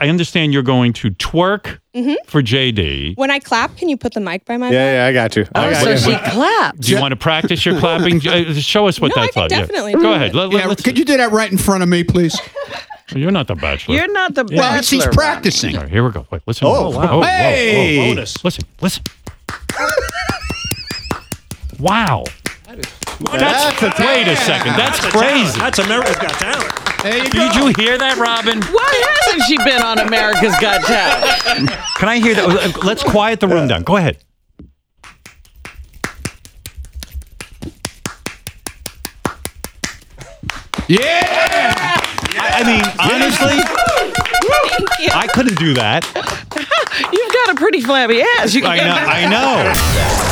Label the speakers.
Speaker 1: I understand you're going to twerk for JD.
Speaker 2: When I clap, can you put the mic by my back?
Speaker 3: yeah, yeah, I got you. I
Speaker 4: Oh,
Speaker 3: got
Speaker 4: so
Speaker 3: you.
Speaker 4: she clapped.
Speaker 1: Do you want to practice your clapping? Uh, Show us what
Speaker 2: No, I
Speaker 1: that's
Speaker 2: can
Speaker 1: like. Yeah.
Speaker 2: definitely do
Speaker 1: Go
Speaker 2: it.
Speaker 1: ahead. Let,
Speaker 5: Yeah,
Speaker 1: us
Speaker 5: could you do that right in front of me, please?
Speaker 1: You're not the bachelor.
Speaker 4: You're not the
Speaker 5: Well, it's-
Speaker 4: bachelor
Speaker 5: he's
Speaker 4: one.
Speaker 5: practicing.
Speaker 1: All right, here we go. Wait, listen.
Speaker 3: Oh, wow.
Speaker 5: Hey!
Speaker 1: bonus. Listen, listen. wow.
Speaker 3: That's a
Speaker 1: Wait a second. That's crazy.
Speaker 6: That's America's Got Talent.
Speaker 5: There you go.
Speaker 1: Did you hear that, Robin?
Speaker 4: Why hasn't she been on America's Got Talent?
Speaker 1: Can I hear that? Uh, Let's quiet the room down. Go ahead.
Speaker 5: Yeah.
Speaker 1: I I mean, honestly, I couldn't do that.
Speaker 4: You've got a pretty flabby ass. You
Speaker 1: I know.
Speaker 4: can't-
Speaker 1: I know.